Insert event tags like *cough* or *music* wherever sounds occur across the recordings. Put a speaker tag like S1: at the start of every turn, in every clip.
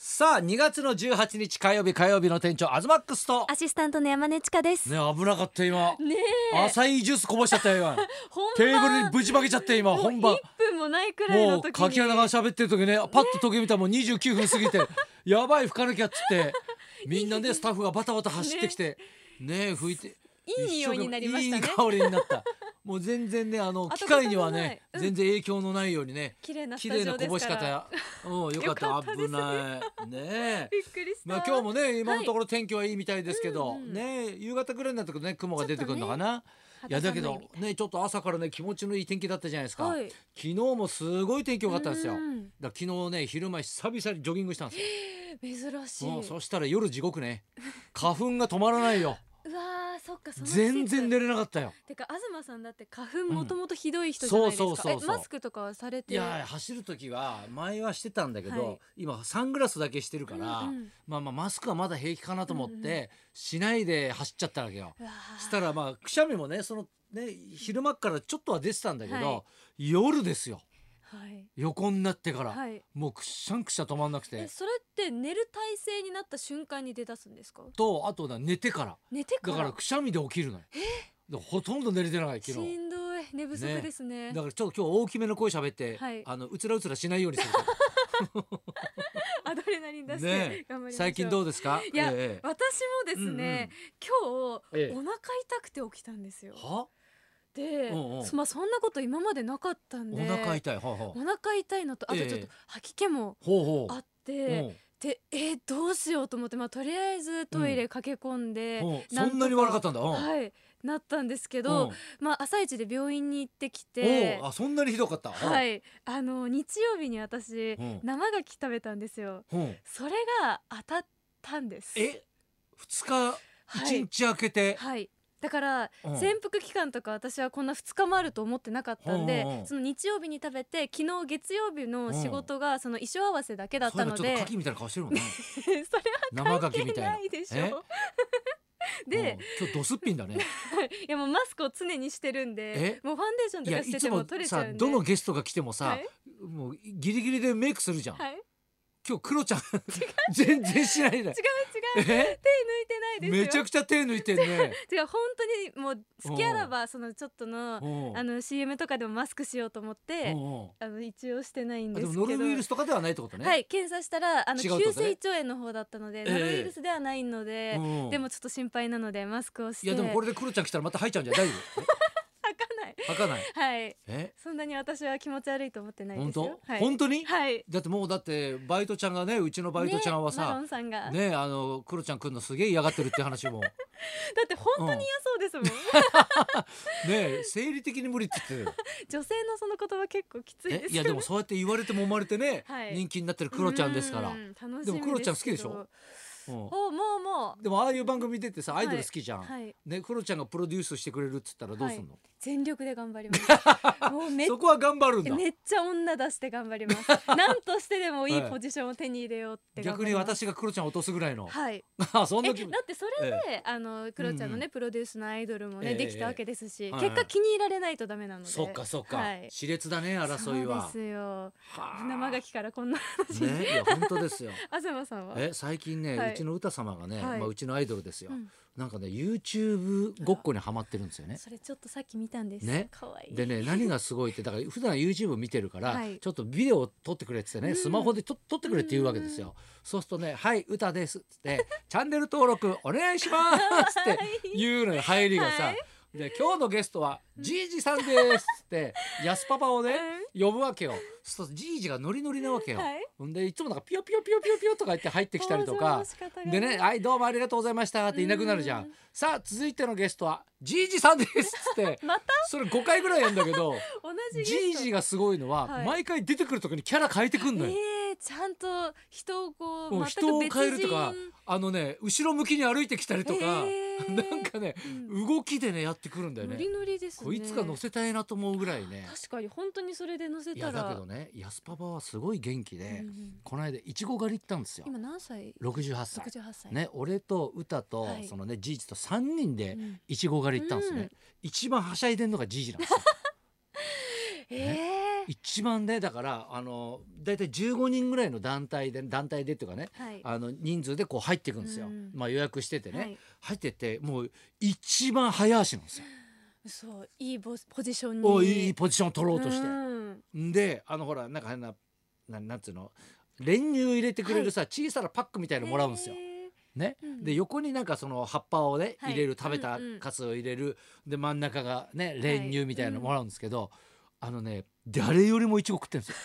S1: さあ2月の18日火曜日火曜日の店長アズマックスと
S2: アシスタントの山根千佳です。
S1: ね危なかった今
S2: ねえ
S1: 浅いジュースこぼしちゃったよ
S2: *laughs*
S1: 今テ
S2: 本番
S1: ーブルにぶちまけちゃって今
S2: もう
S1: 本番
S2: 一分もないくらい
S1: も
S2: の
S1: う
S2: 時に。
S1: かき穴が喋ってる時ねパッと時計見たらもう29分過ぎ
S2: *laughs*
S1: てやばい吹かなきゃっつってみんなねスタッフがバタバタ走ってきてね吹いて
S2: いい匂いになりましたね
S1: 一生懸命いい香りになったもう全然ねあの
S2: 跡
S1: 機
S2: 形も
S1: 械にはね
S2: ないうん
S1: 全然影響のないようにね
S2: 綺麗なス
S1: 綺
S2: タ
S1: 麗
S2: ジ
S1: な
S2: オ
S1: こ
S2: で
S1: ぼ
S2: す
S1: し
S2: から。
S1: 方うんよかった
S2: よかったです
S1: 危ないねえ
S2: びっくりした。
S1: まあ今日もね今のところ天気はいいみたいですけど、
S2: うんうん
S1: ね夕方ぐらいになったけどね雲が出てくるのかな、いやだ
S2: 肌寒
S1: け
S2: いみたい
S1: どねちょっと朝からね気持ちのいい天気だったじゃないですか、
S2: はい
S1: 昨日もすごい天気良かったんですよだ
S2: う
S1: か
S2: ん
S1: ら昨日ね昼間久々にジョギングしたんですよ
S2: 珍しい。
S1: もうそしたら夜地獄ね花粉が止まら
S2: *laughs*
S1: ないよ
S2: うわーそっかその季節
S1: 全然寝れなかったよ
S2: てか東さんだって花粉もともとひどい人じゃないですか。
S1: うんそうそうそうそう
S2: えマスクとかはされて
S1: いや走る時は前はしてたんだけど、
S2: はい
S1: 今サングラスだけしてるから、
S2: うんうん
S1: まあまあマスクはまだ平気かなと思って、
S2: うんう
S1: しないで走っちゃったわけよ、
S2: うわー
S1: したらまあくしゃみもねそのね昼間からちょっとは出てたんだけど、
S2: は
S1: 夜ですよ
S2: はい
S1: 横になってから、
S2: はい。
S1: もうくしゃんくしゃ止まんなく
S2: え
S1: て
S2: それって寝る体勢になった瞬間に出だすんですか。
S1: とあとだ寝てから
S2: 寝てか
S1: だか
S2: ら。
S1: らくしゃみで起きるのよでほとんど寝れてない
S2: し
S1: 昨日
S2: んどい寝不足
S1: ね
S2: ですね。
S1: だからちょっと今日大きめの声喋って、
S2: はい
S1: あのうつらうつらしないようにす
S2: *laughs*
S1: る
S2: アドレナリン出して、
S1: ねえ
S2: 頑張りましょう。
S1: 最近どうですか
S2: いや
S1: え
S2: 私もですね、
S1: えええ
S2: 今日お腹痛くて起きたんですよ。
S1: は
S2: で、
S1: うんうん
S2: そまあそんなこと今までなかったん
S1: お
S2: で、
S1: 腹痛いはいはいほ
S2: お腹痛いのとあとちょっ
S1: え
S2: と
S1: え
S2: 吐き気も
S1: うほう
S2: あって、
S1: うん
S2: でえーどうしようと思ってまあとりあえずトイレ駆け込んで、
S1: ほう
S2: な
S1: そ
S2: んとか
S1: んなに悪かったんだうん
S2: はいなったんですけ
S1: う
S2: ど
S1: ん、
S2: まあ朝一で病院に行ってきて
S1: おう。あそんなにひどかった
S2: はいい、あの日曜日に私、
S1: うん
S2: 生牡蠣食べたんですよ
S1: うん
S2: それが当たったんです
S1: え二日
S2: は
S1: 一
S2: い、
S1: 日開けて、
S2: はい、だから
S1: うん
S2: 潜伏期間とか私はこんな2日もあると思ってなかったんで、
S1: うんうんうん
S2: その日曜日に食べて昨日月曜日の仕事がその衣装合わせだけだっ
S1: そう
S2: た
S1: いえば
S2: の
S1: ちょっと、
S2: で
S1: 牡蠣みたいな顔してる
S2: *laughs*
S1: もんね
S2: それ
S1: 生牡
S2: は
S1: 蠣み
S2: 関
S1: た
S2: 係
S1: いな
S2: ないでし
S1: え
S2: ょ。で
S1: うん、今日ドスッピンだ
S2: *laughs*
S1: ね
S2: いやもうマスクを常にしてるんで
S1: え
S2: もうファンデーション
S1: い
S2: と
S1: や
S2: か
S1: い
S2: して
S1: つ
S2: ても
S1: も
S2: 取れちゃう
S1: さ
S2: んで
S1: どのゲストが来てもさ、
S2: はい
S1: もうギリギリでメイクするじゃん、
S2: はい、違う
S1: 今日クロちゃん全然しないで
S2: 違
S1: *laughs*
S2: う
S1: え
S2: 手抜いてないですよ
S1: めちゃくちゃ手抜いてん
S2: *laughs*
S1: ね
S2: 違う本当にもう好きあらばそのちょっとの
S1: うん
S2: あの CM とかでもマスクしようと思っ
S1: う
S2: て
S1: んうん
S2: あの一応してないん
S1: あ
S2: で
S1: ですも
S2: け
S1: ノ
S2: ど
S1: ルウイルスとかではないってことね、
S2: はい検査したらあの
S1: 違う
S2: 急
S1: ってことね
S2: 性胃腸炎の方だったので、
S1: ええ
S2: ノロウイルスではないので、
S1: うん
S2: でもちょっと心配なのでマスクをして
S1: いやでもこれでクロちゃん来たらまた吐いちゃうんじゃない大丈
S2: 吐かない
S1: 夫吐かない
S2: はい
S1: え
S2: そんなに私は気持ち悪いと思ってない
S1: 本
S2: です
S1: 当
S2: よ、はい、
S1: 本当に、
S2: はい
S1: だってもうだってバイトちゃんがねうちのバイトちゃんは
S2: ねマ
S1: さ
S2: ロンさんが、
S1: ねあのクロちゃん来んのすげえ嫌がってるって話
S2: *laughs*
S1: もね
S2: だって本当に嫌そうですもん、
S1: え生理的に無理って言ってる
S2: 女性のその言葉結構きついですよ
S1: え
S2: ね
S1: いやでもそうやって言われても生まれてね、
S2: はい
S1: 人気になってるクロちゃんですから
S2: う、楽しみ
S1: でもクロちゃん好きでし
S2: す
S1: ょうん
S2: けどおもうも
S1: でもああいう番組出てさアイドル好きじゃん、
S2: うはい
S1: ねクロちゃんがプロデュースしてくれるっつったらどうすんの、
S2: 全力で頑張ります
S1: *laughs*
S2: もうめっ
S1: そこは頑張るんだ
S2: めっちゃ女出して頑張ります
S1: *laughs*
S2: なんとしてでもいいポジションを手に入れようって頑張
S1: 逆
S2: り
S1: に
S2: ます
S1: 私がクロちゃん落とすぐらいの、
S2: はい
S1: あ *laughs* そん
S2: え
S1: な
S2: だ
S1: 気分
S2: ってそれで、あのクロちゃんの
S1: うん
S2: ね、プロデュースのアイドルもね、
S1: ええ
S2: できたわけですし、
S1: ええ
S2: 結果気に入られないとダメなので
S1: そっかそっか、
S2: はい
S1: 熾烈だね争いは
S2: そうですよ
S1: はあ
S2: 生牡蠣からこんな話に、
S1: ねいや本当ですよ
S2: 東 *laughs* さんは
S1: え最近ね、
S2: はいう
S1: ちの歌様がね、
S2: はい
S1: まあうちのアイドルですよ、
S2: うん
S1: なんかね YouTube ごっこにはまってるんですよね
S2: それちょっとさっき見たんです
S1: ね
S2: 可愛い
S1: でね何がすごいってだから普段 YouTube 見てるから、
S2: はい
S1: ちょっとビデオを撮ってくれって言ってね、
S2: うん
S1: スマホでと撮ってくれって言うわけですよ、そうするとね「はい歌です」っつって「チャンネル登録お願いします」って言うのよ入りがさ、
S2: はい
S1: で今日のゲストはジージさんですっつって安パパをね呼ぶわけよそうするとジージがノリノリなわけよ、
S2: はい
S1: ほんでいつもなんかピヨピヨピヨピヨピヨとか言って入ってきたりとか
S2: 登場の仕方が
S1: でね「はいどうもありがとうございました」っていなくなるじゃん
S2: うん
S1: さあ続いてのゲストはジージさんですっつって
S2: *laughs* また
S1: それ5回ぐらいやんだけ
S2: *laughs*
S1: ど
S2: 同じ
S1: ジ
S2: ゲスト
S1: ージがすごいのは、
S2: はい
S1: 毎回出てくる時にキャラ変えてくんのよ。
S2: えー、ちゃんと人をこう
S1: もう
S2: 全
S1: 人を
S2: く別
S1: 変えるとか
S2: 人
S1: あのね後ろ向きに歩いてきたりとか、
S2: えー
S1: なんかね
S2: うん
S1: 動きでねやってくるんだよ
S2: ノ
S1: ね
S2: リノリですね
S1: こいつが乗せたいなと思うぐらいね
S2: 確かに本当にそれで乗せ
S1: い
S2: たら
S1: やだけどね安パパはすごい元気で、
S2: うんうん
S1: この間いちご狩り行ったんですよ
S2: 今何歳
S1: 68歳
S2: 六十八歳
S1: ね俺と歌と、
S2: はい
S1: そのねじいじと3人
S2: う
S1: で
S2: ん
S1: いちご狩り行ったんですね、
S2: うん
S1: 一番はしゃいでんのがじいじなんですよ
S2: ええ
S1: 一番ねだからあの大体15人ぐらいの団体で団体でっていうかね
S2: はい。
S1: あの人数でこう入っていくんですよ、
S2: うん
S1: まあ、予約しててね、
S2: はい
S1: 入ってってもう一番早足なんですよ、
S2: そういいボスポジションに。
S1: おいいポジションを取ろうとして
S2: う。ん
S1: んであのほらなんか変なななんつうの練乳入れてくれるさ、小さなパックみたいのもらうんですよ。
S2: へー
S1: ね
S2: うん
S1: で横になんかその葉っぱをね
S2: はい
S1: 入れる、食べた
S2: うんうん
S1: カツを入れるで真ん中がね練乳みたいのもらうんですけど、あのね誰よりもいちご食ってるんですよ。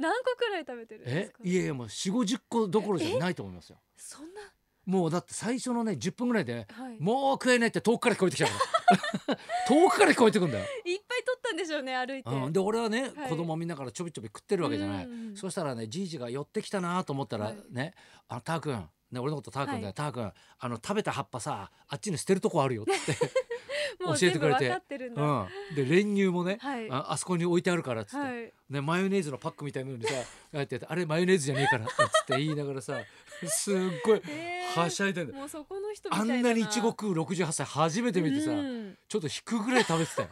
S2: 何個くらい食べてるんです
S1: え
S2: か。
S1: いやいやもう4 5 0個どころじゃないと思いますよ。
S2: そんな。
S1: もうだって最初のね10分ぐらいで、ね
S2: はい。
S1: もう食えないって遠くから聞こえてきたから *laughs* 遠くから聞こえてくんだよ。
S2: いっぱい取ったんでしょうね歩いて。
S1: うん、で俺はね、
S2: はい
S1: 子供見ながらちょびちょび食ってるわけじゃない、
S2: うんうん
S1: そしたらねじいじが寄ってきたなと思ったら
S2: はい
S1: ね、あのター君ね俺のことター君だよ、
S2: はい
S1: ター君あの食べた葉っぱさあっちに捨てるとこあるよって
S2: *laughs*
S1: 言って、
S2: もう
S1: 教えてくれて
S2: 全部分かってるんだ。
S1: うん、で練乳もね、
S2: はい。
S1: ああそこに置いてあるからっつって、
S2: はい。
S1: ね、マヨネーズのパックみたいなのにさあってやってあれマヨネーズじゃねえからっつって言いながらさすっごい
S2: えー
S1: はしゃいでんだよ、
S2: もうそこの人みた
S1: あ
S2: いだ
S1: んなにいちご食う68歳初めて見てさ、
S2: うん
S1: ちょっと引くぐらい食べてたよ。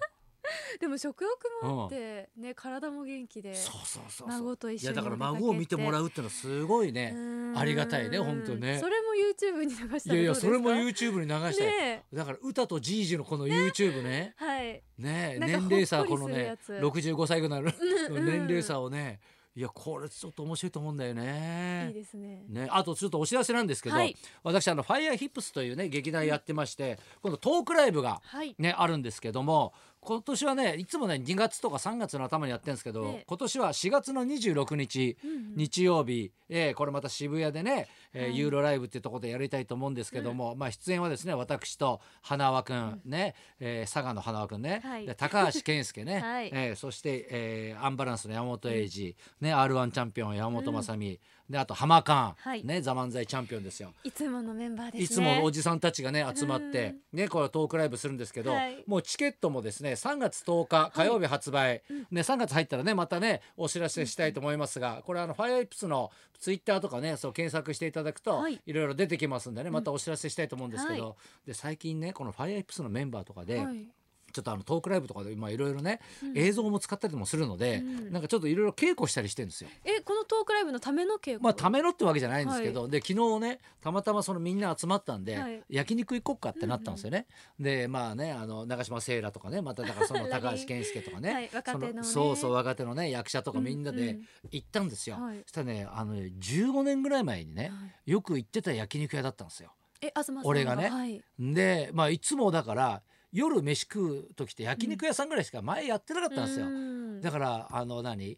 S2: でも食欲もあってね体も元気で
S1: そうそうそうそう
S2: 孫と一緒に
S1: いやだから孫を見てもら
S2: う
S1: うっていうのはすごいね、
S2: ん
S1: ありがたいねほんとね
S2: それも YouTube に流したらどうです
S1: い
S2: か
S1: やいやそれも
S2: ね
S1: YouTube に流して、
S2: え
S1: だから歌とじいじのこの YouTube ね
S2: はい
S1: ね
S2: なんか
S1: 年齢差
S2: ほ
S1: こ
S2: っ
S1: の
S2: こりする
S1: ね
S2: やつ
S1: 65歳ぐらいの
S2: うんうん
S1: 年齢差をねいやこれちょっと面白いと思うんだよね。
S2: いいですね
S1: ね、あとちょっとお知らせなんですけど、
S2: はい
S1: 私あのファイヤーヒップスというね劇団やってまして、今度トークライブが
S2: はい
S1: ね、あるんですけども今年はねいつもね2月とか3月の頭にやってるんですけど、
S2: ええ
S1: 今年は4月の26日、
S2: うんうん
S1: 日曜日、えーこれまた渋谷でね、えー
S2: はい
S1: ユーロライブっていうところでやりたいと思うんですけども、まあ、出演はですね私と花輪くん、ね、えー佐賀の花輪くんね、
S2: はい
S1: で高橋健介ね、
S2: *laughs* はい
S1: えーそして、えーアンバランスの山本英二、ね、r 1チャンピオン山本雅美、であと浜勘、
S2: はい
S1: ね、ザ・漫才チャンピオンですよ。
S2: いつものメンバーですね
S1: いつもおじさんたちがね集まってねこれトークライブするんですけど、
S2: はい
S1: もうチケットもですね3月10日火曜日発売、ね3月入ったらねまたねお知らせしたいと思いますが、これあのファイアイプスのツイッターとかねそう検索していただくと、
S2: はい
S1: い、ろいろ出てきますんでねまたお知らせしたいと思うんですけど、
S2: うんは
S1: で最近ねこのファイアイプスのメンバーとかで、
S2: はい
S1: ちょっとあのトークライブとかでまあいろいろね、映像も使ったりもするので、
S2: うん
S1: なんかちょっといろいろ稽古したりしてるんですよ。
S2: えこのトークライブのための稽古
S1: まあ、ためろってわけじゃないんですけど、で昨日ねたまたまそのみんな集まったんで、
S2: はい
S1: 焼肉行こっかってなったんですよね。でまあねあの長島聖羅とかねまただからその
S2: *laughs* ラリー
S1: 高橋健介とかね,、
S2: はい若
S1: そ
S2: 手のね
S1: そうそう若手のね役者とかみんな
S2: うんう
S1: で
S2: ん
S1: 行ったんですよ。
S2: はい
S1: そしたらねあのね15年ぐらい前にね
S2: はい
S1: よく行ってた焼肉屋だったんですよ。
S2: え東さんが
S1: 俺がね
S2: はい
S1: でまあいつもだから夜飯食う時って焼肉屋さんぐらいしか前やってなかったんですよ。
S2: うん
S1: だからあの何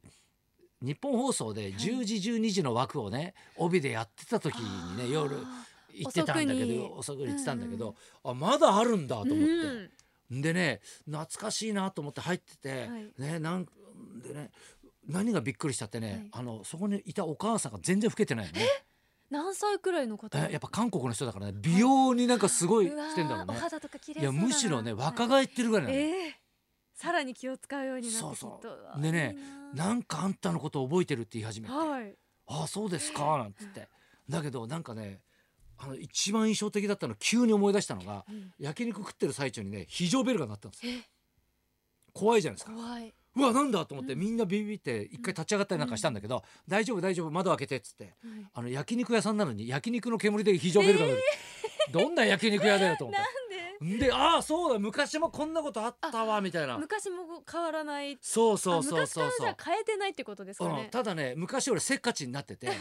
S1: 日本放送で10時12時の枠をね帯でやってた時にね夜
S2: あ
S1: 行ってたんだけど遅
S2: 遅くに
S1: くに行ってたんだけど
S2: う、
S1: あまだあるんだと思
S2: ー
S1: って、
S2: うん
S1: でね懐かしいなと思って入ってて、
S2: はい
S1: ねなんでね何がびっくりしたってね、
S2: はい
S1: あのそこにいたお母さんが全然老けてないよね
S2: 何歳くらいの方
S1: えやっぱ韓国の人だからね美容になんかすごいしてんだろう
S2: うわーお
S1: ね
S2: 肌とか綺麗
S1: いや
S2: そうだな
S1: むしろね若
S2: はい
S1: 返ってるぐらいなの、
S2: ええさらに気を使うようになってきっ
S1: そう
S2: と
S1: そう
S2: うわー
S1: でね
S2: いいな
S1: なんかあんたのこと覚えてるって言い始めて、
S2: はい
S1: ああそうですかなんつってだけどなんかねあの一番印象的だったの急に思い出したのが
S2: うん
S1: 焼肉食ってる最中にね非常ベルが鳴ったんですよ
S2: え
S1: 怖いじゃないですか
S2: 怖いう
S1: わなんだと思って
S2: うん
S1: みんなビビって一回立ち上がったりなんかしたんだけど大丈夫大丈夫窓開けてっつって
S2: はい
S1: あの焼肉屋さんなのに焼肉の煙で非常ベルが鳴るどんな焼肉屋だよと思っ
S2: *laughs* なん
S1: て
S2: で
S1: んでああそうだ昔もこんなことあったわみたいな
S2: 昔も変わらない
S1: そうそうそう
S2: あ
S1: そうそ
S2: 昔から
S1: う
S2: じゃ変えてないってことですか
S1: う
S2: ね
S1: ん、ただね昔俺せっかちになってて
S2: はい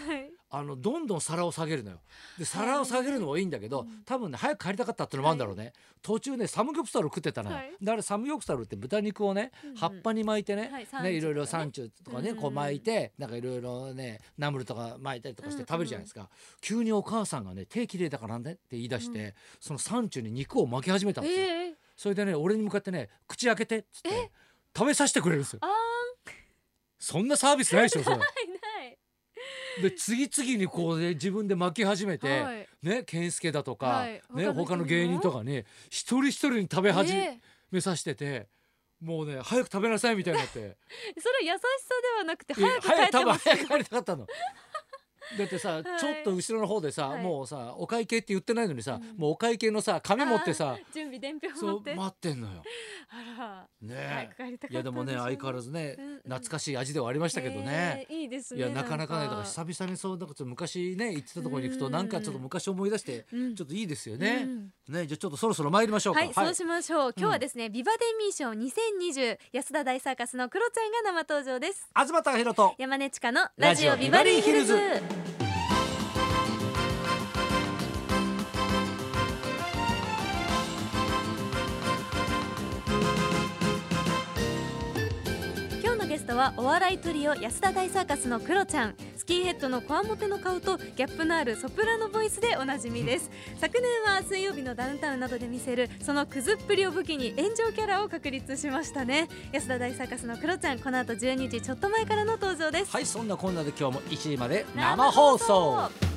S1: あのどんどん皿を下げるのよで皿を下げるのもいいんだけど、多分ね早く帰りたかったってのもあるんだろうね、途中ねサムギョプサルを食ってたのよ、
S2: はい
S1: だからサムギョプサルって豚肉をね、
S2: うんうん
S1: 葉っぱに巻いてね,、
S2: はい
S1: ね
S2: サンチュとかね
S1: いろいろサンチュとかね、こう
S2: うんうん
S1: 巻いてなんかいろいろねナムルとか巻いたりとかして
S2: うんうん
S1: 食べるじゃないですか、急にお母さんがね手綺麗だからねって言い出して、そのサンチュに肉を巻き始めたんですよ、
S2: ええ
S1: それでね俺に向かってね口開けてっつって食べさせてくれるんですよ
S2: あー
S1: そんなサービスないでしょそれ
S2: ない
S1: で次々にこうね自分で巻き始めて、
S2: ないはい
S1: ね、健介だとか、
S2: はい
S1: ね、
S2: 他
S1: 他
S2: の人も
S1: の芸人とかね一人一人に食べ始
S2: え
S1: めさしてて、もうね早く食べなさいみたいにな
S2: *laughs*
S1: って
S2: えそれは優しさではなくて
S1: いや
S2: 早く帰って
S1: 食べ
S2: ます
S1: 早く帰りたかったの。だってさ、ちょっと後ろの方でさ、
S2: はい
S1: もうさお会計って言ってないのにさ、
S2: うん
S1: もうお会計のさ紙持ってさ
S2: あー準備伝票
S1: そ
S2: 持
S1: う
S2: って
S1: 待ってんのよ。
S2: あらか、
S1: ね
S2: 早く帰りたかったんでしょう
S1: いやでもね相変わらずね
S2: うんうん
S1: 懐かしい味ではありましたけどね。
S2: えーいいです
S1: い
S2: ね
S1: やなかなかねだから久々にそうなんかちょっと昔ね行ってたところに行くとなんかちょっと昔思い出して
S2: うん
S1: ちょっといいですよね
S2: うん。
S1: ねじゃあちょっとそろそろ参りましょうか。
S2: はい、そうしましょう、今日はですねビバデミー賞2020安田大サーカスのクロちゃんが生登場です
S1: 東隆弘と
S2: 山根千佳のラジオビバリーヒルズ
S1: ラジオビ
S2: 今日のゲストはお笑いトリオ安田大サーカスのクロちゃんスキンヘッドのこわもての顔とギャップのあるソプラノボイスでおなじみです昨年は水曜日のダウンタウンなどで見せるそのクズっぷりを武器に炎上キャラを確立しましたね安田大サーカスのクロちゃんこの後12時ちょっと前からの登場です
S1: はいそんなこんなで今日も1時まで生放送。
S3: 放送